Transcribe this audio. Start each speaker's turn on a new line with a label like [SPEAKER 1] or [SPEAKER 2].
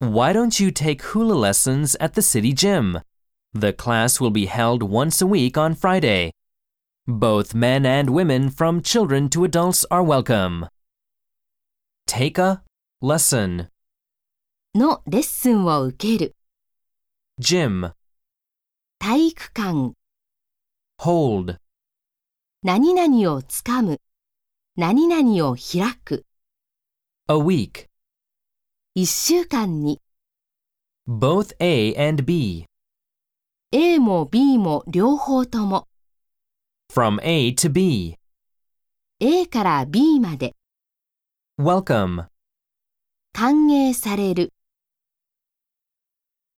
[SPEAKER 1] Why don't you take hula lessons at the city gym? The class will be held once a week on Friday. Both men and women, from children to adults, are welcome. Take a lesson.
[SPEAKER 2] のレッスンを受ける
[SPEAKER 1] Gym.
[SPEAKER 2] 体育館
[SPEAKER 1] Hold.
[SPEAKER 2] 何々をつかむ何々を開く
[SPEAKER 1] A week.
[SPEAKER 2] 1週間に
[SPEAKER 1] Both A and B.
[SPEAKER 2] A も B も両方とも
[SPEAKER 1] From A to B.
[SPEAKER 2] A から B まで
[SPEAKER 1] Welcome.
[SPEAKER 2] 歓迎される